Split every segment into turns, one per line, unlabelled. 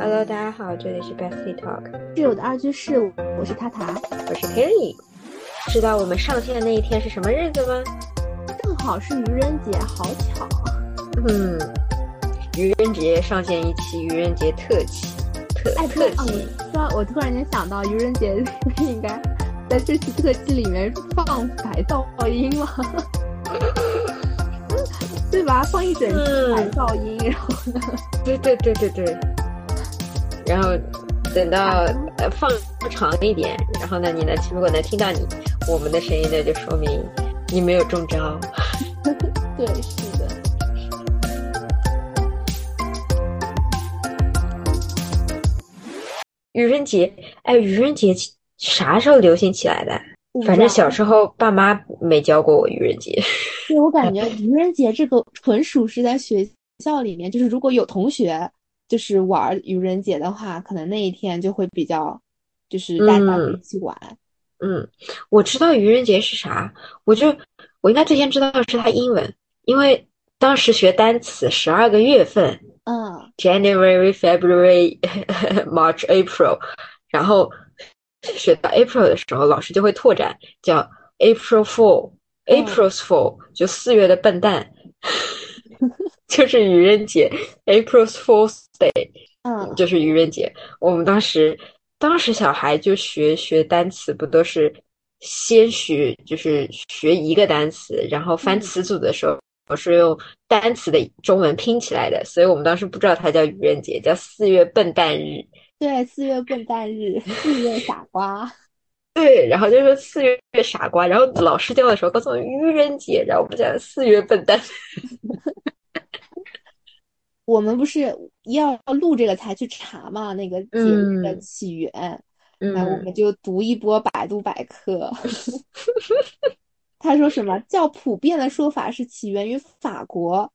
Hello，大家好，这里是 Bestie Talk，
室友的二居室，我是塔塔，
我是 Kelly。知道我们上线那一天是什么日子吗？
正好是愚人节，好巧。啊
嗯，愚人节上线一期愚人节特辑，特
哎，
特
对，哦，
辑。
你知道我突然间想到，愚人节应该在这期特辑里面放白噪音了，对吧？放一整期白
嗯
噪音，然后呢，
对对对对对。然后等到
哎
呃放长一点，然后呢，你能如果能听到你我们的声音呢，就说明你没有中招。
对，是的。
愚人节，哎，愚人节起啥时候流行起来的？
我不
反
知
正
道
小时候爸妈没教过我愚人节。
对我感觉愚人节这个纯属是在学校里面，就是如果有同学就是玩儿愚人节的话，可能那一天就会比较，就是大家
嗯
一起玩。
嗯，我知道愚人节是啥，我就我应该最先知道的是它英文，因为当时学单词，十二个月份
嗯，
，January、February、March、April，然后学到 April 的时候，老师就会拓展叫 April Fool、
嗯
April's Fool，就四月的笨蛋， 就是愚人节，April's Fool's Day。
嗯，
就是愚人节。我们当时当时小孩就学学单词，不都是先学就是学一个单词，然后翻
嗯
词组的时候。我是用单词的中文拼起来的，所以我们当时不知道它叫愚人节，叫四月笨蛋日。
对，四月笨蛋日，四月傻瓜。
对，然后就说四月傻瓜，然后老师教的时候告诉我们愚人节，然后我们讲四月笨蛋。
我们不是要录这个才去查嘛，那个节日的
嗯
起源，
嗯
然后我们就读一波百度百科。 他说什么？较普遍的说法是起源于法国，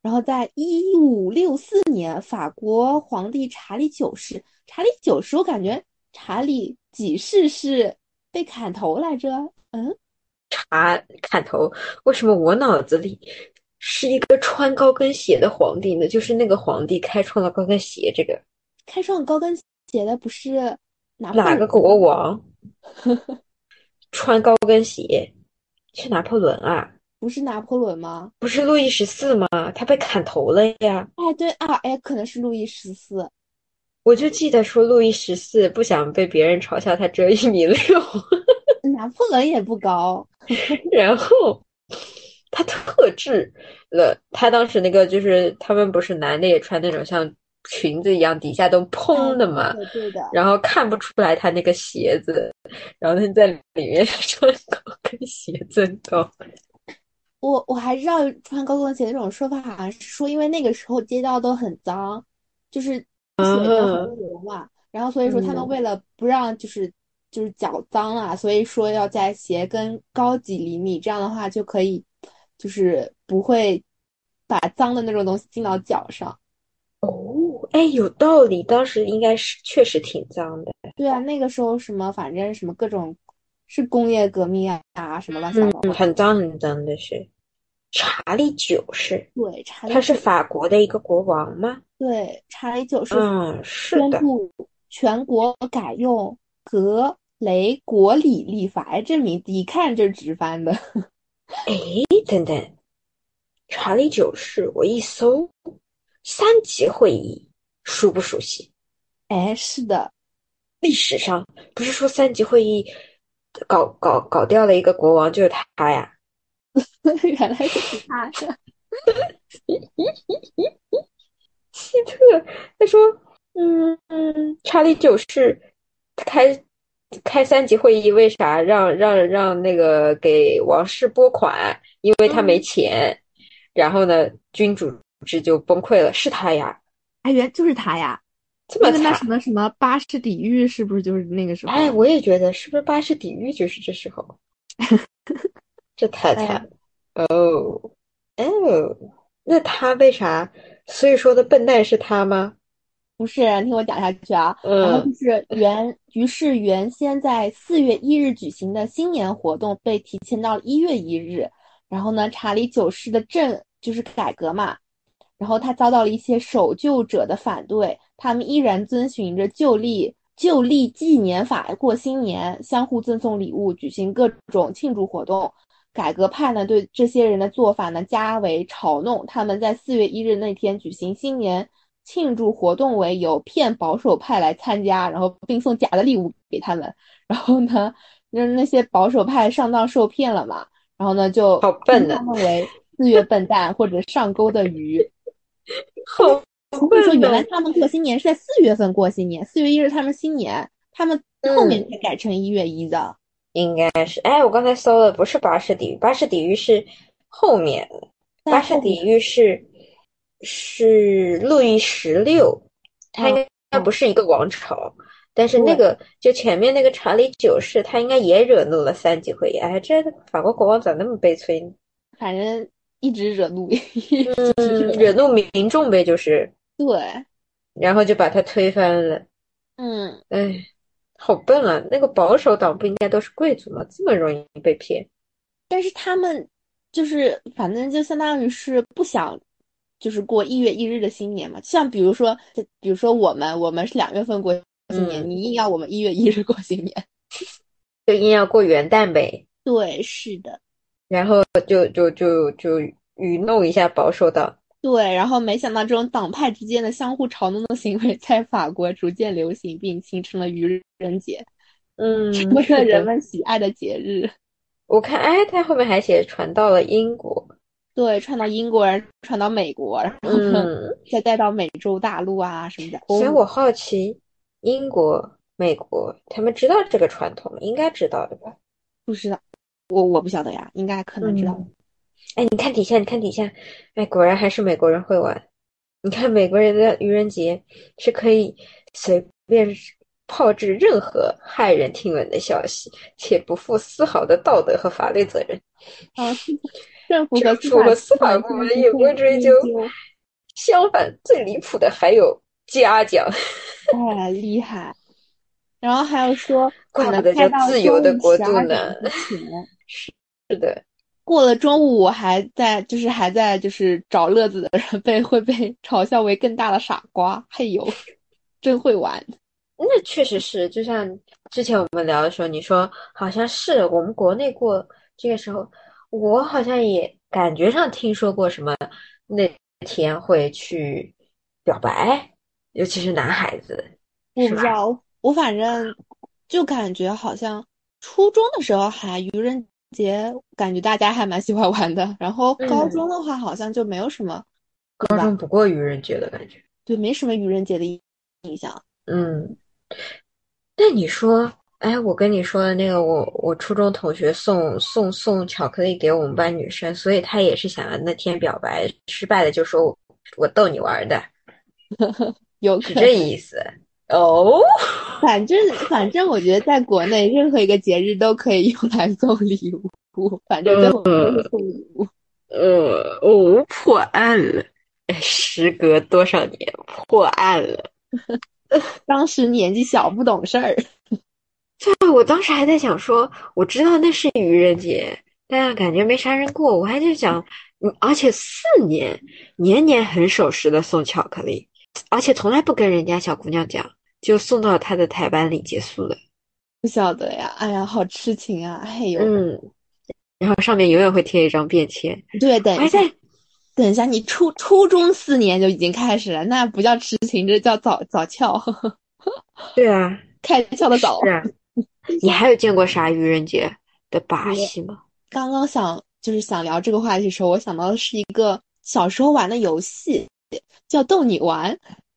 然后在一五六四年，法国皇帝查理九世，查理九世，我感觉查理几世是被砍头来着？嗯，
查 砍头，为什么我脑子里是一个穿高跟鞋的皇帝呢？就是那个皇帝开创了高跟鞋这个。
开创高跟鞋的不是拿破
哪个
仑
国王穿高跟鞋？是拿破仑啊？
不是拿破仑吗？
不是路易十四吗？他被砍头了呀！
哎，对啊，哎，可能是路易十四。
我就记得说路易十四不想被别人嘲笑，他只有一米六，
拿破仑也不高，
然后他特制了他当时那个就是他们不是男的也穿那种像裙子一样底下都蓬的嘛，
对对的，
然后看不出来他那个鞋子，然后他在里面穿高跟鞋增高。
我我还知道穿高跟鞋这种说法，好像是说因为那个时候街道都很脏，就是血都
啊
很流嘛，然后所以说他们
嗯
为了不让就是就是脚脏啊，所以说要在鞋跟高几厘米，这样的话就可以就是不会把脏的那种东西进到脚上。
哦，哎，有道理，当时应该是确实挺脏的。
对啊，那个时候什么反正什么各种是工业革命啊啊什么乱七八
嗯
糟。，
很脏很脏的是查理九世，
对，查理
他是
九
法国的一个国王吗？
对查理九世
嗯，是
宣
的。
布全国改用格雷国礼历法，哎，这名字一看就是直翻的。
哎，等等，查理九世，我一搜，三级会议熟不熟悉？
哎，是的，
历史上不是说三级会议搞搞搞掉了一个国王，就是他呀？
原来是他呀。
希特，他说，嗯嗯，查理九世开开三级会议，为啥让让让那个给王室拨款？因为他没钱。然后呢，君主制就崩溃了，是他呀，
哎，原就是他呀，
这么
那个那
惨。哎
什么什么巴士底狱是不是就是那个时候？
哎，我也觉得，是不是巴士底狱就是这时候？这太
哎呀
惨了。哦哦，那他为啥？所以说的笨蛋是他吗？
不是，你听我讲下去啊。然后
嗯
就是原，于是原先在四月一日举行的新年活动被提前到一月一日。然后呢，查理九世的政就是改革嘛，然后他遭到了一些守旧者的反对，他们依然遵循着旧历旧历纪年法过新年，相互赠送礼物，举行各种庆祝活动。改革派呢对这些人的做法呢加为嘲弄，他们在四月一日那天举行新年庆祝活动为由，骗保守派来参加，然后并送假的礼物给他们。然后呢，那那些保守派上当受骗了嘛，然后呢就
好笨
称
呐
他们为四月笨蛋或者上钩的鱼。
好
所以说，
笨呐
原来他们过新年是在四月份过新年，四月一日他们新年，他们后面
嗯
才改成一月一的。
应该是，哎，我刚才搜的不是巴士底狱，巴士底狱是后面，
在
巴士
后面
底狱是是路易十六，他
嗯
应该不是一个王朝，但是那个就前面那个查理九世，他应该也惹怒了三级会议。哎，这法国国王咋那么悲催呢？
反正一直惹怒，一直
嗯，
惹怒。
惹怒民众呗，就是，
对，
然后就把他推翻了。
嗯，
哎，好笨啊！那个保守党不应该都是贵族吗？这么容易被骗？
但是他们就是反正就相当于是不想，就是过一月一日的新年嘛。像比如说，就比如说我们，我们是两月份过新年，
嗯
你硬要我们一月一日过新年。
就硬要过元旦呗。
对，是的，
然后就就就就愚弄一下保守党，
对。然后没想到这种党派之间的相互嘲弄的行为在法国逐渐流行，并形成了愚人节，
嗯，
成为
是
了
的
人们喜爱的节日。
我看，哎，他后面还写传到了英国，
对，传到英国，传到美国，然后呢，
嗯，
再带到美洲大陆啊什么的。
所以
哦
我好奇，英国、美国，他们知道这个传统吗，应该知道的吧？
不知道，我我不晓得呀，应该可能知道。
嗯哎，你看底下，你看底下，哎，果然还是美国人会玩。你看美国人的愚人节是可以随便炮制任何骇人听闻的消息，且不负丝毫的道德和法律责任。
啊， 政府和
嗯政府和司法
法
部门也不会追究相反，最离谱的还有嘉奖，
哎，厉害。然后还有说，
怪
可能
不得
开
叫
到
自由
中
的
午
国
12
度
点
呢
之前
是的，
过了中午，我还在就是还在就是找乐子的人被会被嘲笑为更大的傻瓜。嘿呦，真会玩。
那确实是，就像之前我们聊的时候，你说好像是我们国内过这个时候，我好像也感觉上听说过什么那天会去表白，尤其是男孩子，
我
是
不
吧
知道，我反正就感觉好像初中的时候还愚人节，感觉大家还蛮喜欢玩的。然后高
嗯
中的话，好像就没有什么，
高中不过愚人节的感觉。
对，没什么愚人节的印象。
嗯，那你说，哎，我跟你说的那个，我我初中同学送送送巧克力给我们班女生，所以他也是想要那天表白，失败了就说我我逗你玩儿的，
有可
是
能，
这意思。哦，
反正反正，我觉得在国内任何一个节日都可以用来送礼物，反正在我们这里送礼
嗯
物。
呃，哦，破案了！哎时隔多少年，破案了。
当时年纪小不懂事儿，
对，我当时还在想说，我知道那是愚人节，但感觉没啥人过。我还在想，嗯而且四年年年很守时的送巧克力，而且从来不跟人家小姑娘讲，就送到她的台班里结束了。
不晓得呀。哎呀，好痴情啊！哎呦，
嗯，然后上面永远会贴一张便签。
对，
我
等一
还
下
在，
等一下，你初初中四年就已经开始了，那不叫痴情，这叫早早翘，
对啊，
开窍的早
是。啊。你还有见过啥愚人节的把戏吗？
刚刚想就是想聊这个话题的时候，我想到的是一个小时候玩的游戏，叫逗你玩。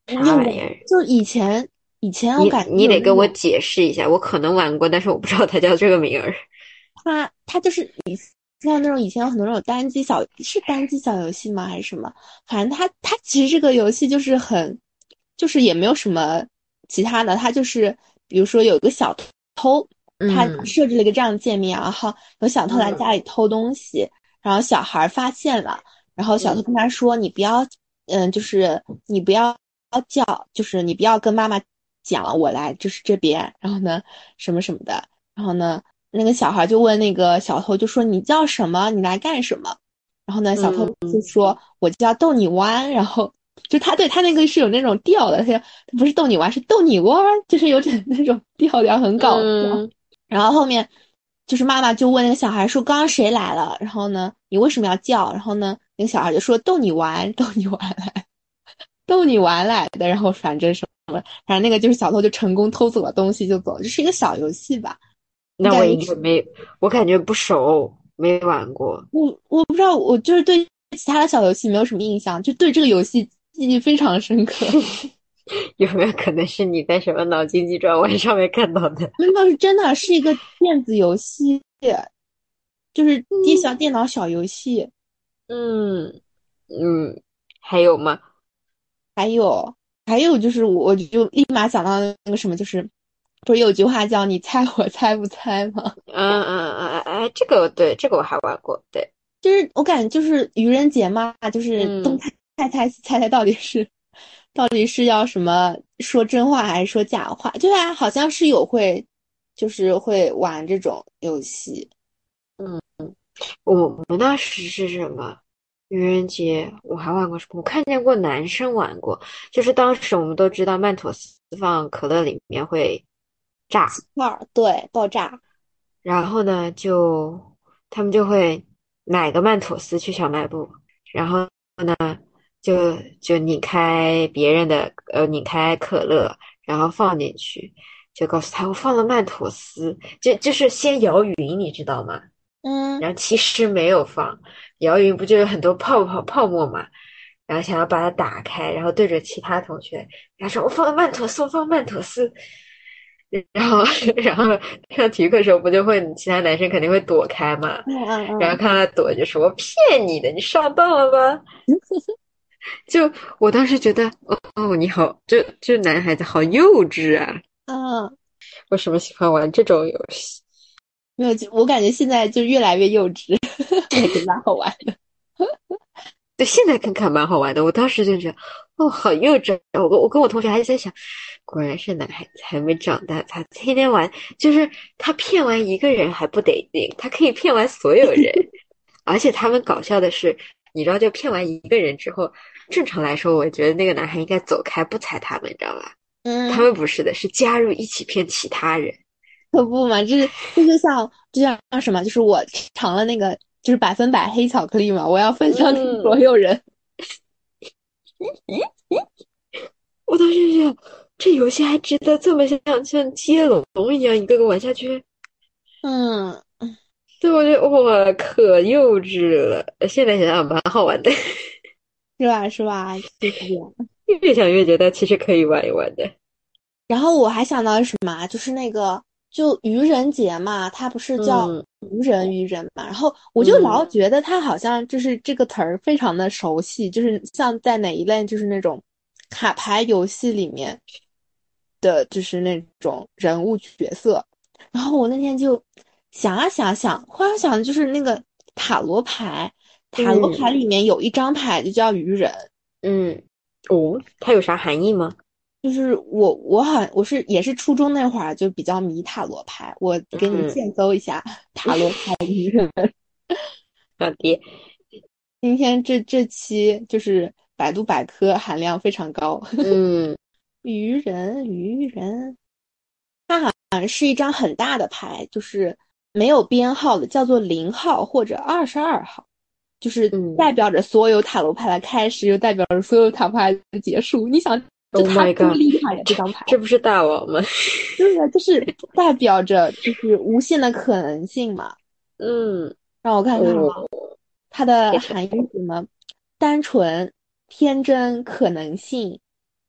啥
你有
玩意儿？
就以前以前我
你
感觉
你
有
得
那
给我
种
解释一下，我可能玩过，但是我不知道它叫这个名儿。
它它就是你像那种以前有很多那种单机小是单机小游戏吗还是什么？反正它它其实这个游戏就是很就是也没有什么其他的，它就是比如说有一个小偷，他
嗯
设置了一个这样的界面，然后有小偷来
嗯
家里偷东西，然后小孩发现了，然后小
嗯
偷跟他说：“你不要，嗯，就是你不要叫，就是你不要跟妈妈讲，我来就是这边。”然后呢，什么什么的，然后呢，那个小孩就问那个小偷，就说：“你叫什么？你来干什么？”然后呢，小偷
嗯
就说：“我叫逗你玩。”然后。就他对他那个是有那种调的，他就他不是逗你玩，是逗你玩，就是有点那种调调，很搞笑。
嗯
然后后面就是妈妈就问那个小孩说：“刚刚谁来了？”然后呢，你为什么要叫？然后呢，那个小孩就说：“逗你玩，逗你玩来，逗你玩来的。”然后反正什么，反正那个就是小偷就成功偷走了东西就走，就是一个小游戏吧。
那
感
我
觉
应该没，我感觉不熟，没玩过。
我我不知道，我就是对其他的小游戏没有什么印象，就对这个游戏记忆非常深刻。
有没有可能是你在什么脑筋急转弯上面看到的？
没有，是真的是一个电子游戏，就是电小电脑小游戏。
嗯嗯，还有吗？
还有，还有就是我，我就立马想到那个什么，就是不是有句话叫“你猜我猜不猜”吗？
嗯嗯嗯嗯嗯，这个对，这个我还玩过，对，
就是我感觉就是愚人节嘛，就是
嗯
东猜猜猜西猜猜到底是到底是要什么说真话还是说假话？对啊，好像是有会就是会玩这种游戏。
我们当时是什么？愚人节我还玩过什么？我看见过男生玩过，就是当时我们都知道曼妥思放可乐里面会炸，
二对爆炸，
然后呢，就他们就会买个曼妥思去小卖部，然后呢，就就拧开别人的呃，拧开可乐，然后放进去，就告诉他我放了曼妥思，就就是先摇匀，你知道吗？
嗯，
然后其实没有放，摇匀不就有很多泡泡泡沫嘛？然后想要把它打开，然后对着其他同学，然后说：“我放了曼妥思，我放了曼妥思。”然后，然后上体育课的时候，不就会其他男生肯定会躲开嘛？
嗯嗯
然后
嗯，
看他躲就说：“我骗你的，你上当了吧？”就我当时觉得，哦，哦你好，这这男孩子好幼稚啊！
嗯，
为什么喜欢玩这种游戏？
没有，就我感觉现在就越来越幼稚， 还挺蛮好玩的。
对，现在看看蛮好玩的。我当时就觉得，哦，好幼稚。我跟我跟我同学还在想，果然是男孩子还没长大，他天天玩，就是他骗完一个人还不得劲，他可以骗完所有人。而且他们搞笑的是，你知道，就骗完一个人之后，正常来说，我觉得那个男孩应该走开不睬他们，你知道吧？
嗯，
他们不是的，是加入一起骗其他人。
可不嘛，这这就像这就像什么，就是我尝了那个就是百分百黑巧克力嘛，我要分享给
嗯
所有人。
我当时就想，这游戏还值得这么像像接龙一样一个个玩下去？
嗯，
对，我觉得哇，可幼稚了。现在想想蛮好玩的，
是吧是吧，就是这样。
越想越觉得其实可以玩一玩的。
然后我还想到什么啊，就是那个就愚人节嘛，它不是叫
嗯
愚人愚人嘛，然后我就
嗯
老觉得它好像就是这个词儿非常的熟悉，就是像在哪一类就是那种卡牌游戏里面的，就是那种人物角色。然后我那天就想啊想啊想，忽然想就是那个塔罗牌，塔罗
嗯
牌里面有一张牌就叫愚人。
嗯，哦，它有啥含义吗？
就是我，我好像我是也是初中那会儿就比较迷塔罗牌，我给你
嗯
现搜一下、塔罗牌愚人。
老爹，
今天这这期就是百度百科含量非常高，
嗯
愚人愚人，它好像是一张很大的牌，就是没有编号的，叫做零号或者二十二号，就是
嗯
代表着所有塔罗牌的开始，又代表着所有塔罗牌的结束。你想，这
Oh
它
my
多
God
厉害呀！这张牌。
这不是大王吗？
对呀，就是代表着就是无限的可能性嘛。
嗯，
让我看看啊
哦，
它的
谢谢
含义是什么？单纯、天真、可能性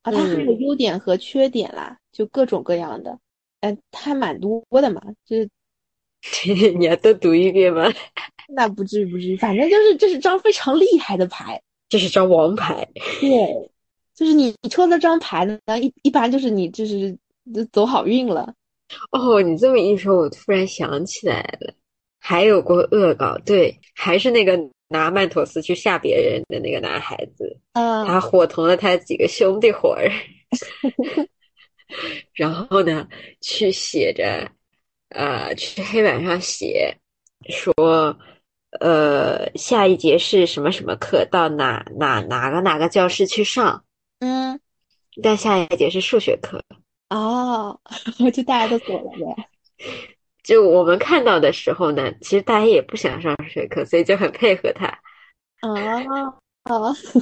啊，它还有优点和缺点啦，就各种各样的。呃，还蛮多的嘛，就是
你要多读一遍吗？
那不至于不至于，反正就是这是张非常厉害的牌。
这是张王牌。
对，就是你你抽到这张牌呢，一一般就是你就是就走好运了。
哦，你这么一说，我突然想起来了，还有过恶搞，对，还是那个拿曼妥思去吓别人的那个男孩子，
嗯，
他伙同了他几个兄弟伙儿，然后呢，去写着，呃，去黑板上写说，呃，下一节是什么什么课，到哪哪哪个哪个教室去上，
嗯，
但下一节是数学课。
哦， 就大家都走了呗。
就我们看到的时候呢，其实大家也不想上数学课，所以就很配合他。
啊啊，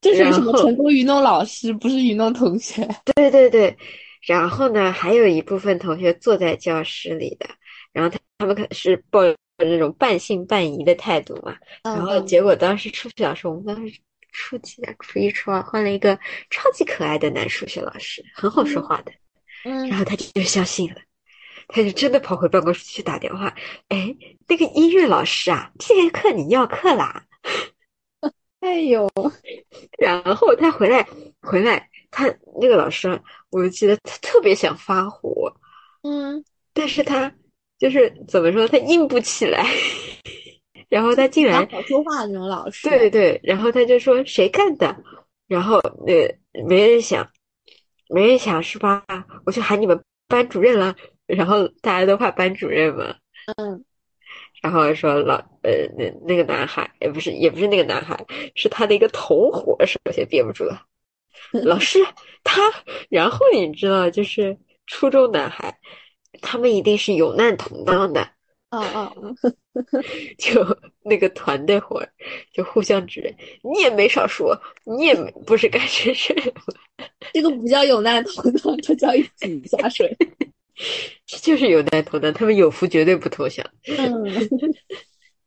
这属于什么
然后
成功愚弄老师，不是愚弄同学。
对对对，然后呢，还有一部分同学坐在教室里的，然后他他们可是抱着那种半信半疑的态度嘛。 然后
嗯，
结果当时初小时候，我们当时初几啊，初一、初二换了一个超级可爱的男数学老师，很好说话的。然
嗯，
后他就相信了，他就真的跑回办公室去打电话。哎，那个音乐老师啊，这节课你要课啦。
哎呦，
然后他回来，回来，他那个老师，啊我就记得他特别想发火，
嗯，
但是他就是怎么说，他硬不起来。 然后他竟
然
然
后，好说话的那种老师。
对对对，然后他就说谁干的？然后那没人想，没人想是吧？我去喊你们班主任了。然后大家都怕班主任嘛，
嗯，
然后说老呃那那个男孩，也不是也不是那个男孩，是他的一个同伙，首先憋不住 了。老师他，然后你知道，就是初中男孩，他们一定是有难同当的，
哦哦，
就那个团队伙儿就互相指认，你也没少说，你也没不是干这事，
这个不叫有难同 当，这叫一起 下水。
这就是有难同当，他们有福绝对不投降。
嗯，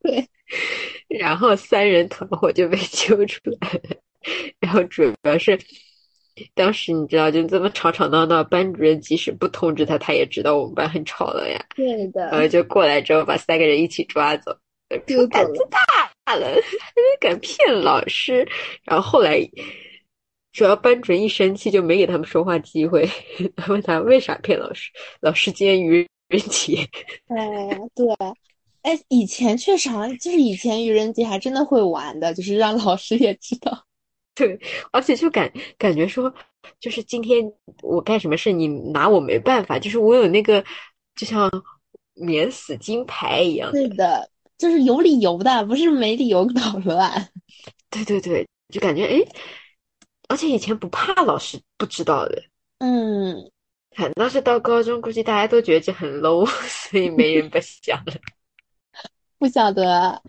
对，
然后三人团伙就被揪出来了，然后主要是当时你知道，就这么吵吵闹闹，班主任即使不通知他，他也知道我们班很吵了呀，
对
然后
的，
就过来之后把三个人一起抓走，
丢
说
走
胆
了。
子大了， 敢骗老师，然后后来。主要班主任一生气就没给他们说话机会， 他问他为啥骗老师，老师今天愚人节，
哎，对，哎，以前确实好像就是以前愚人节还真的会玩的，就是让老师也知道。
对，而且就感感觉说，就是今天我干什么事，你拿我没办法，就是我有那个就像免死金牌一样
对
的，
的，就是有理由的，不是没理由捣乱。
对对对，就感觉哎，诶而且以前不怕老师不知道的，
嗯，
反倒是到高中，估计大家都觉得这很 low，所 以没人不想了。
不晓得。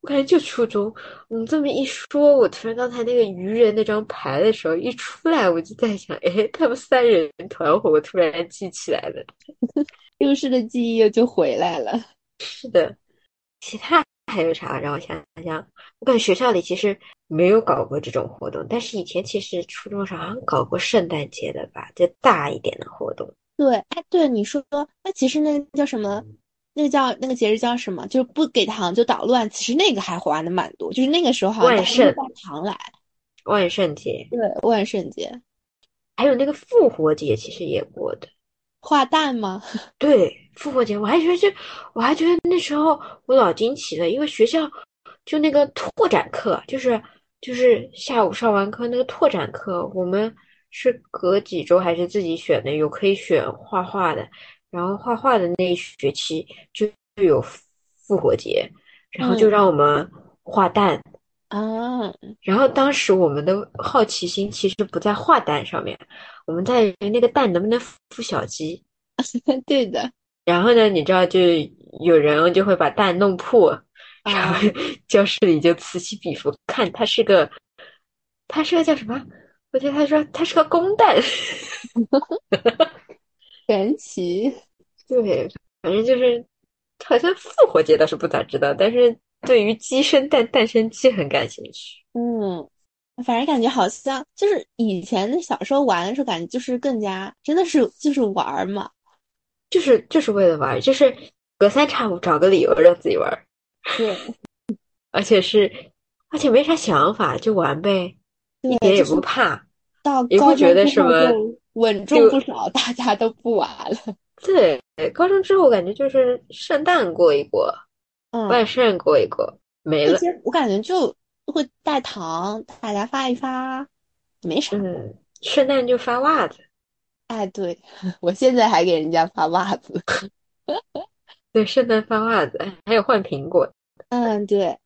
我感觉就初中，你这么一说，我突然刚才那个愚人那张牌的时候一出来，我就在想，哎，他们三人团伙，我突然记起来了。
幼师的记忆又就回来了。
是的，其他还有啥？让我想想，我感觉学校里其实没有搞过这种活动，但是以前其实初中上好像搞过圣诞节的吧，就大一点的活动。
对，哎，对你说，那其实那个叫什么？那个叫那个节日叫什么？就是不给糖就捣乱。其实那个还玩的蛮多，就是那个时候好像大
万
家都
圣
带糖来。
万圣节，
对，万圣节
还有那个复活节，其实也过的。
画蛋吗？
对，复活节，我还觉得这，我还觉得那时候我老惊奇了，因为学校就那个拓展课，就是就是下午上完课那个拓展课，我们是隔几周还是自己选的，有可以选画画的，然后画画的那一学期就就有复活节，然后就
嗯
让我们画蛋，
啊，
然后当时我们的好奇心其实不在画蛋上面，我们在于那个蛋能不能孵小鸡。
对的
然后呢，你知道，就有人就会把蛋弄破，然
啊，
后 教室里就此起彼伏。看，它是个，它是个叫什么？我记得他说它是个公蛋，
神奇。
对，反正就是，好像复活节倒是不咋知道，但是对于鸡生蛋，蛋生鸡很感兴趣。
嗯，反正感觉好像就是以前的小时候玩的时候，感觉就是更加真的是就是玩儿嘛。
就是就是为了玩儿，就是隔三差五找个理由让自己玩儿，
对
而且是，而且没啥想法，就玩呗，一
对，
点
就
也
是
不怕，
到
也
高
不
中
觉得
之
什
后
么
就稳重不少，大家都不玩 了。
对，高中之后感觉就是圣诞过一过，
嗯，
万圣过一过，没
这
了。
些我感觉就会带糖，大家发一发，没啥。
嗯，圣诞就发袜子，
哎，对， 我现在还给人家发袜子。
对，圣诞发袜子，还有换苹果。
嗯，对，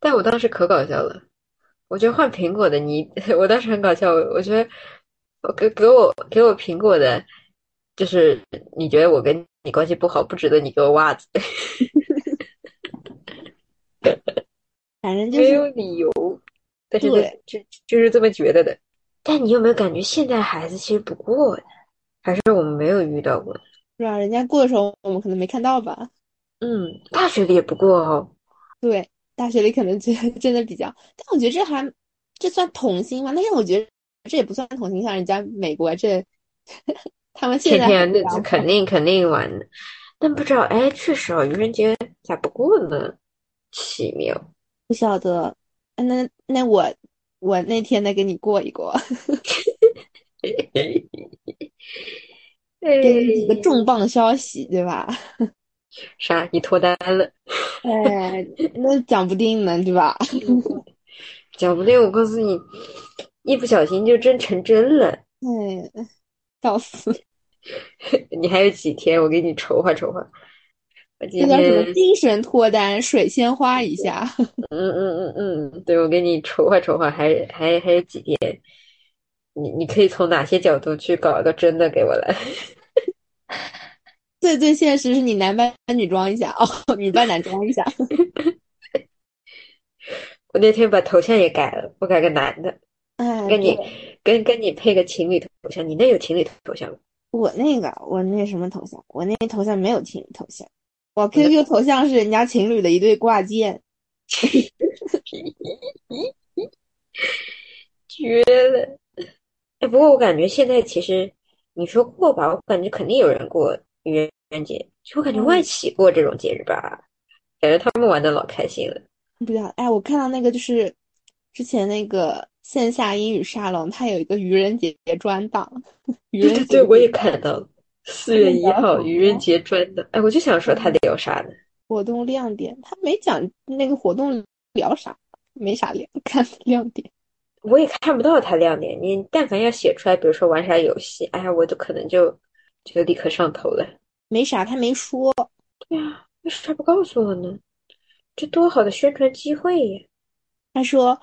但我当时可搞笑了，我觉得换苹果的你， 我当时很搞笑。我觉得我给给我给我苹果的，就是你觉得我跟你关系不好，不值得你给我袜子，
反正就
没
是
有理由。但是就
对
就就是这么觉得的。但你有没有感觉现在孩子其实不过呢？还是我们没有遇到过呢？
是吧？人家过的时候，我们可能没看到吧。
嗯，大学里也不过哦。
对，大学里可能觉得真的比较，但我觉得这还这算童心吗？但是我觉得这也不算童心，像人家美国这， 他们现
天
在
天
很
那
想
肯定肯定玩的，但不知道哎，确实哦，愚人节咋不过呢？奇妙。
不晓得，那那我我那天再跟你过一过，给你一个重磅消息，对吧？
啥？你脱单了？
哎，那讲不定呢，对吧？
讲不定我告诉你，一不小心就真成真了。
哎，笑死！
你还有几天？我给你筹划筹划。我今
这叫什么？
天，
精神脱单，水仙花一下。
嗯嗯嗯嗯，对，我给你筹划筹划，还还还有几天？你你可以从哪些角度去搞一个真的给我来？
最最现实是你男扮女装一下哦，女扮男装一下。
我那天把头像也改了，我改个男的，
哎，
跟你
对
跟跟你配个情侣头像。你那有情侣头像吗？
我那个我那什么头像，我那头像没有情侣头像，我 QQ 头像是人家情侣的一对挂件。
绝了！哎，不过我感觉现在其实你说过吧，我感觉肯定有人过愚人节，就我感觉
嗯
外企过这种节日吧，感觉他们玩的老开心了。
不要，哎，我看到那个就是之前那个线下英语沙龙，它有一个愚人节专档，愚
对
人
对
节
对，我也看到了，四月一号愚人节专的。哎，我就想说
嗯
他聊啥呢？
活动亮点，它没讲那个活动聊啥，没啥聊， 看亮点。
我也看不到他亮点。你但凡要写出来，比如说玩啥游戏，哎呀，我就可能就就立刻上头了。
没啥，他没说。
为啥不告诉我呢？这多好的宣传机会呀！
他说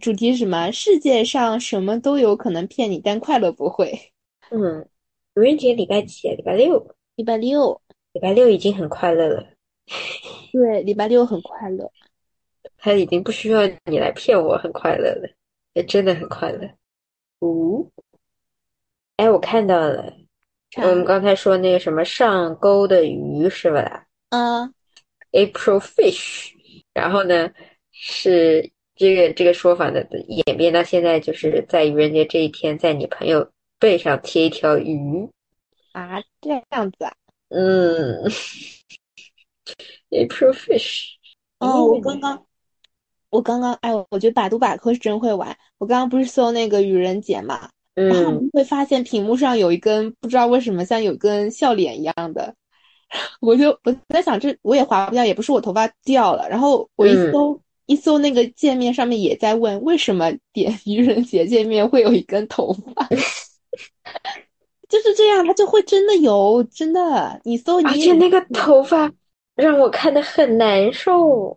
主题是什么？世界上什么都有可能骗你，但快乐不会。
嗯，愚人节礼拜几啊？礼拜六。
礼拜六，
礼拜六已经很快乐了，
对，礼拜六很快乐。
他已经不需要你来骗我，很快乐了，也真的很快乐。哦，哎，我看到了，
啥
我们刚才说那个什么上钩的鱼是吧啦
啊，
？April fish，然后呢是这个这个说法的演变到现在，就是在愚人节这一天，在你朋友背上贴一条鱼。
啊，这样子啊？
嗯 ，April fish，
哦，我刚刚，我刚刚，哎，我觉得百度百科是真会玩。我刚刚不是搜那个愚人节嘛，然后
嗯
你，会发现屏幕上有一根不知道为什么像有根笑脸一样的，我就我在想这我也划不掉，也不是我头发掉了。然后我一
嗯
搜、一搜那个界面上面也在问为什么点 愚人节界面会有一根头 发，就是这样，它就会真的有真的，你搜
嗯而
你
且
也
那个头发让我看的很难受。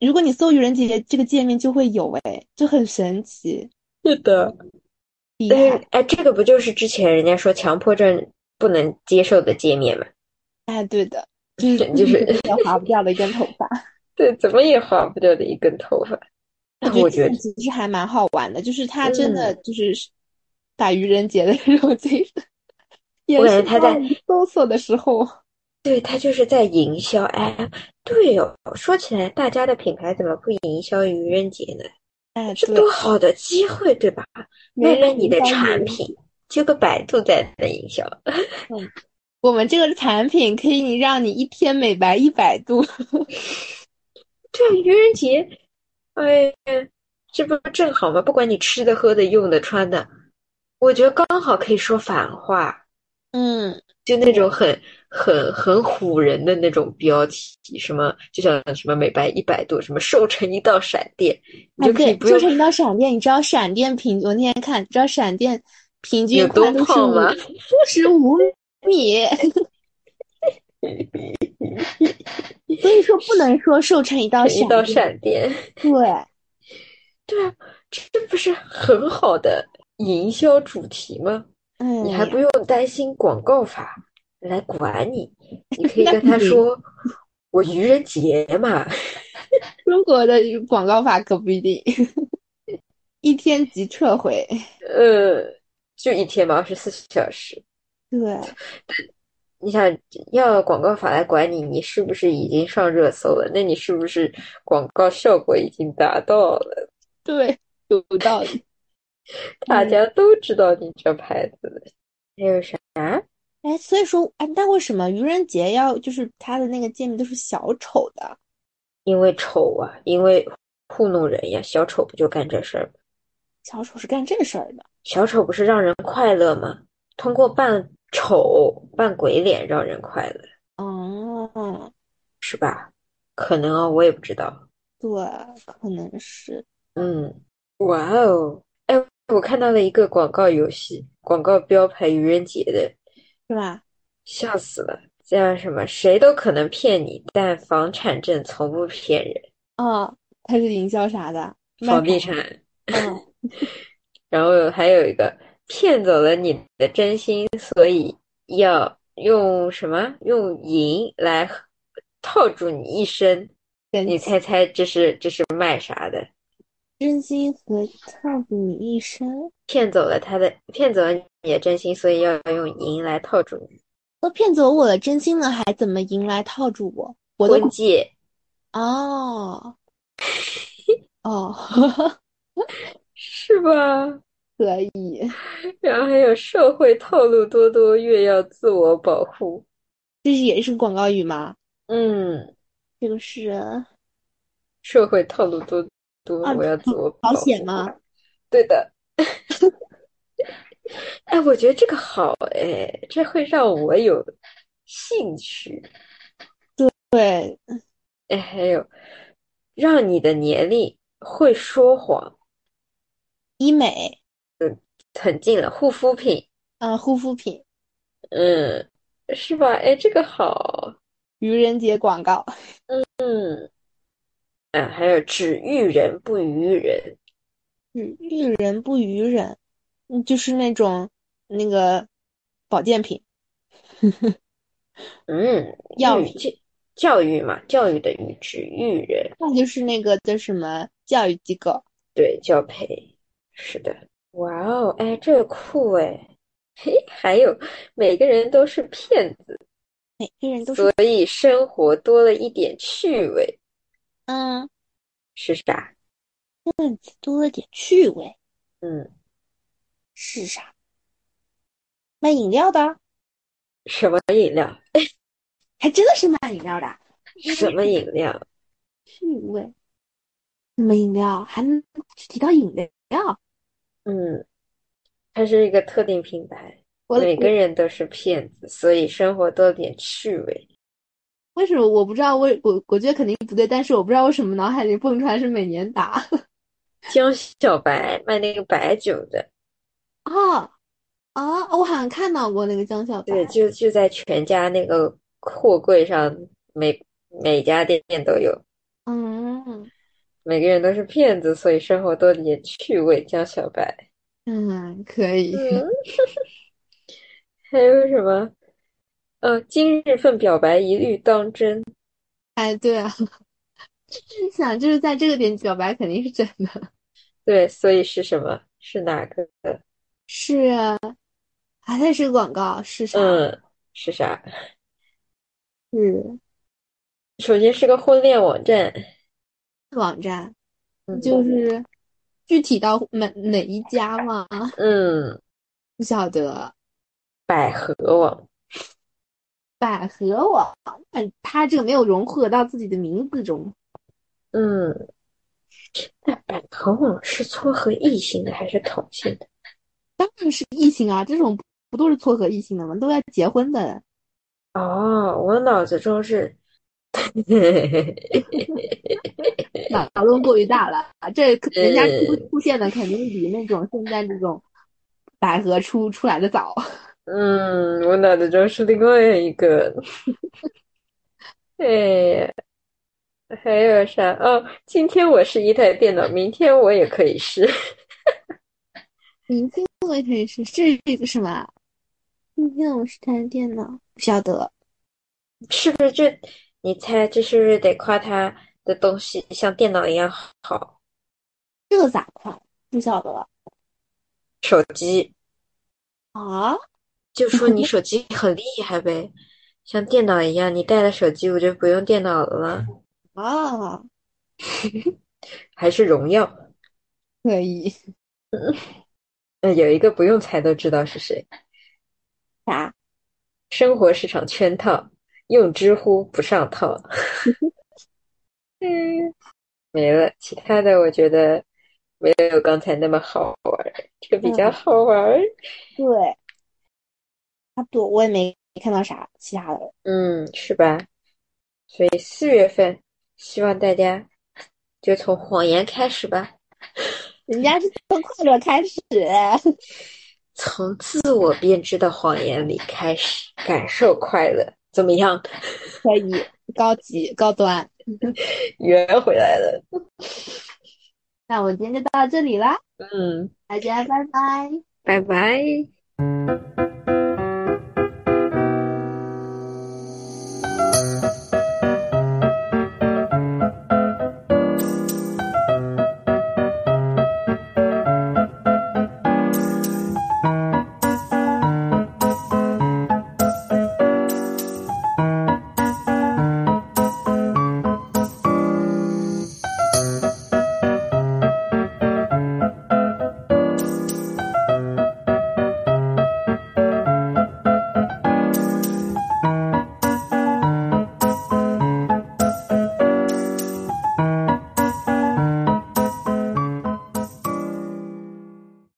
如果你搜愚人节这个界面就会有哎，就很神奇，
是的，
厉
但
害
是哎，这个不就是之前人家说强迫症不能接受的界面吗？
哎，对的，就是
就是
也划不掉的一根头发。
对，怎么也划不掉的一根头发。但我
我
觉
觉
得嗯
得这个其实还蛮好玩的，就是他真的就是打愚人节的这种精神，也
我感
是
觉他在
搜索的时候，
对他就是在营销。哎，对哦，说起来，大家的品牌怎么不营销愚人节呢？
哎，
这
对，
多好的机会，对吧？
没
卖
有
卖你的
营销
产
语
品，就跟百度在那营销。
我们这个产品可以让你一天美白一百 度，
对啊，愚人节，哎呀，这不正好吗？不管你吃的、喝的、用的、穿的，我觉得刚好可以说反话，
嗯，
就那种很很很唬人的那种标题，什么就像什么美白一百度，什么瘦成一道闪电，你
哎，
就可以
对，
不
就
用
是一道闪电，你知道闪电平，我那天看，你知道闪电平均
有多
宽度是
胖
五
吗
十五米， 所以说不能说瘦成一道
成一
闪
道
电，
闪电。
对，
对啊，这这不是很好的营销主题吗？
嗯，
你还不用担心广告法来管你，你可以
那
跟他
肯定
说：“我愚人节嘛。
中国的广告法可不一定， 一天即撤回，”
呃，就一天嘛，二十四小时。
对，
你想要广告法来管你，你是不是已经上热搜了？那你是不是广告效果已经达到了？
对，有道理。
大家都知道你这牌子了。还有啥？
哎，所以说，哎，那为什么愚人节要就是它的那个界面都是小丑的？
因为丑啊，因为糊弄人呀。小丑不就干这事儿吗？
小丑是干这事儿的。
小丑不是让人快乐吗？通过扮丑、扮鬼脸让人快乐，
哦，
是吧？可能哦，我也不知道。
对，可能是，
嗯，哇哦，哎，我看到了一个广告游戏，广告标牌愚人节的，
是吧？
笑死了。叫什么？谁都可能骗你，但房产证从不骗人。
啊，它是营销啥的？卖
房地
房，
产，
嗯，
然后还有一个骗走了你的真心，所以要用什么？用银来套住你一生。
真
你猜猜这是这是卖啥的？
真心和套住你一生，
骗走了他的，骗走了你的真心，所以要用银来套住你。
都骗走我的真心了，还怎么迎来套住我？我都
婚戒，
哦，哦，
是吧？
可以，
然后还有社会套路多多，越要自我保护。
这是也是广告语吗？
嗯，
这个是
社会套路多多，
啊
我要自我保
保
护。
险啊吗？
对的。 哎，我觉得这个好哎，这会让我有兴趣。
对，
哎，还有，让你的年龄会说谎，
医美，
很近了。护肤品，
啊，护肤品，
嗯，是吧？哎，这个好，
愚人节广告，
嗯，嗯，还有只遇人不愚人，
嗯，遇人不愚人，嗯就是那种那个保健品，
嗯，
要
育教教育嘛，教育的育，只遇人，
那就是那个叫什么教育机构，
对，教培，是的，哇哦，哎，这个酷哎，嘿，还有每个人都是骗子，
每个人都
所
是，
以生活多了一点趣味，
嗯，
是啥？
多了点趣味，
嗯，
是啥？卖饮料的，
什么饮料？
还真的是卖饮料的，
什么饮料？
趣味，什么饮料？还能提到饮料？
嗯，它是一个特定品牌。
我
每个人都是骗子，所以生活多点趣味。
为什么我不知道为我我觉得肯定不对，但是我不知道为什么脑海里蹦出来是美年 达
江小白卖那个白酒的，
啊啊！我好像看到过那个江小白，
对，就就在全家那个货柜上，每每家店店都有。
嗯
每个人都是骗子，所以生活多点趣味。江小白，
嗯，可以，
嗯， 还有什么？呃，今日份表白一律当真。
哎，对啊， 就是想就是在这个点表白肯定是真的，
对，所以是什么？是哪个？
是啊，它是广告，是啥？
嗯，是啥？
是
首先是个婚恋网站，
网站，
嗯
就是具体到哪哪一家嘛，
嗯，
不晓得。
百合网。
百合网，嗯，它这个没有融合到自己的名字中。
嗯，那百合网是撮合异性的还是同性的？
当然是异性啊，这种不都是撮合异性的吗？都要结婚的。
哦，我脑子中是，
脑脑洞过于大了啊！这可人家出
嗯
出现的肯定比那种现在这种百合出出来的早。
嗯，我脑子中是另外一个。哎呀，还有啥？哦，今天我是一台电脑，明天我也可以 是。
明天我也可以试，这是这个什么？今天我是台电脑，不晓得。
是不是这？你猜这是不是得夸他的东西像电脑一样好？
这咋款？不晓得了
手机
啊？
就说你手机很厉害呗，像电脑一样，你带了手机我就不用电脑了，
啊，
还是荣耀？
可以。
嗯，有一个不用猜都知道是谁。
啥？
生活是场圈套，用知乎不上套。嗯，没了，其他的我觉得没有刚才那么好玩儿，这个比较好玩儿。
对，差不多，我也没看到啥其他的。
嗯，是吧？所以四月份，希望大家就从谎言开始吧，
人家是从快乐开始，
从自我编织的谎言里开始，感受快乐，怎么样？
可以高级高端。
圆回来了。
那我们今天就到这里啦，
嗯，
大家拜拜。
拜拜。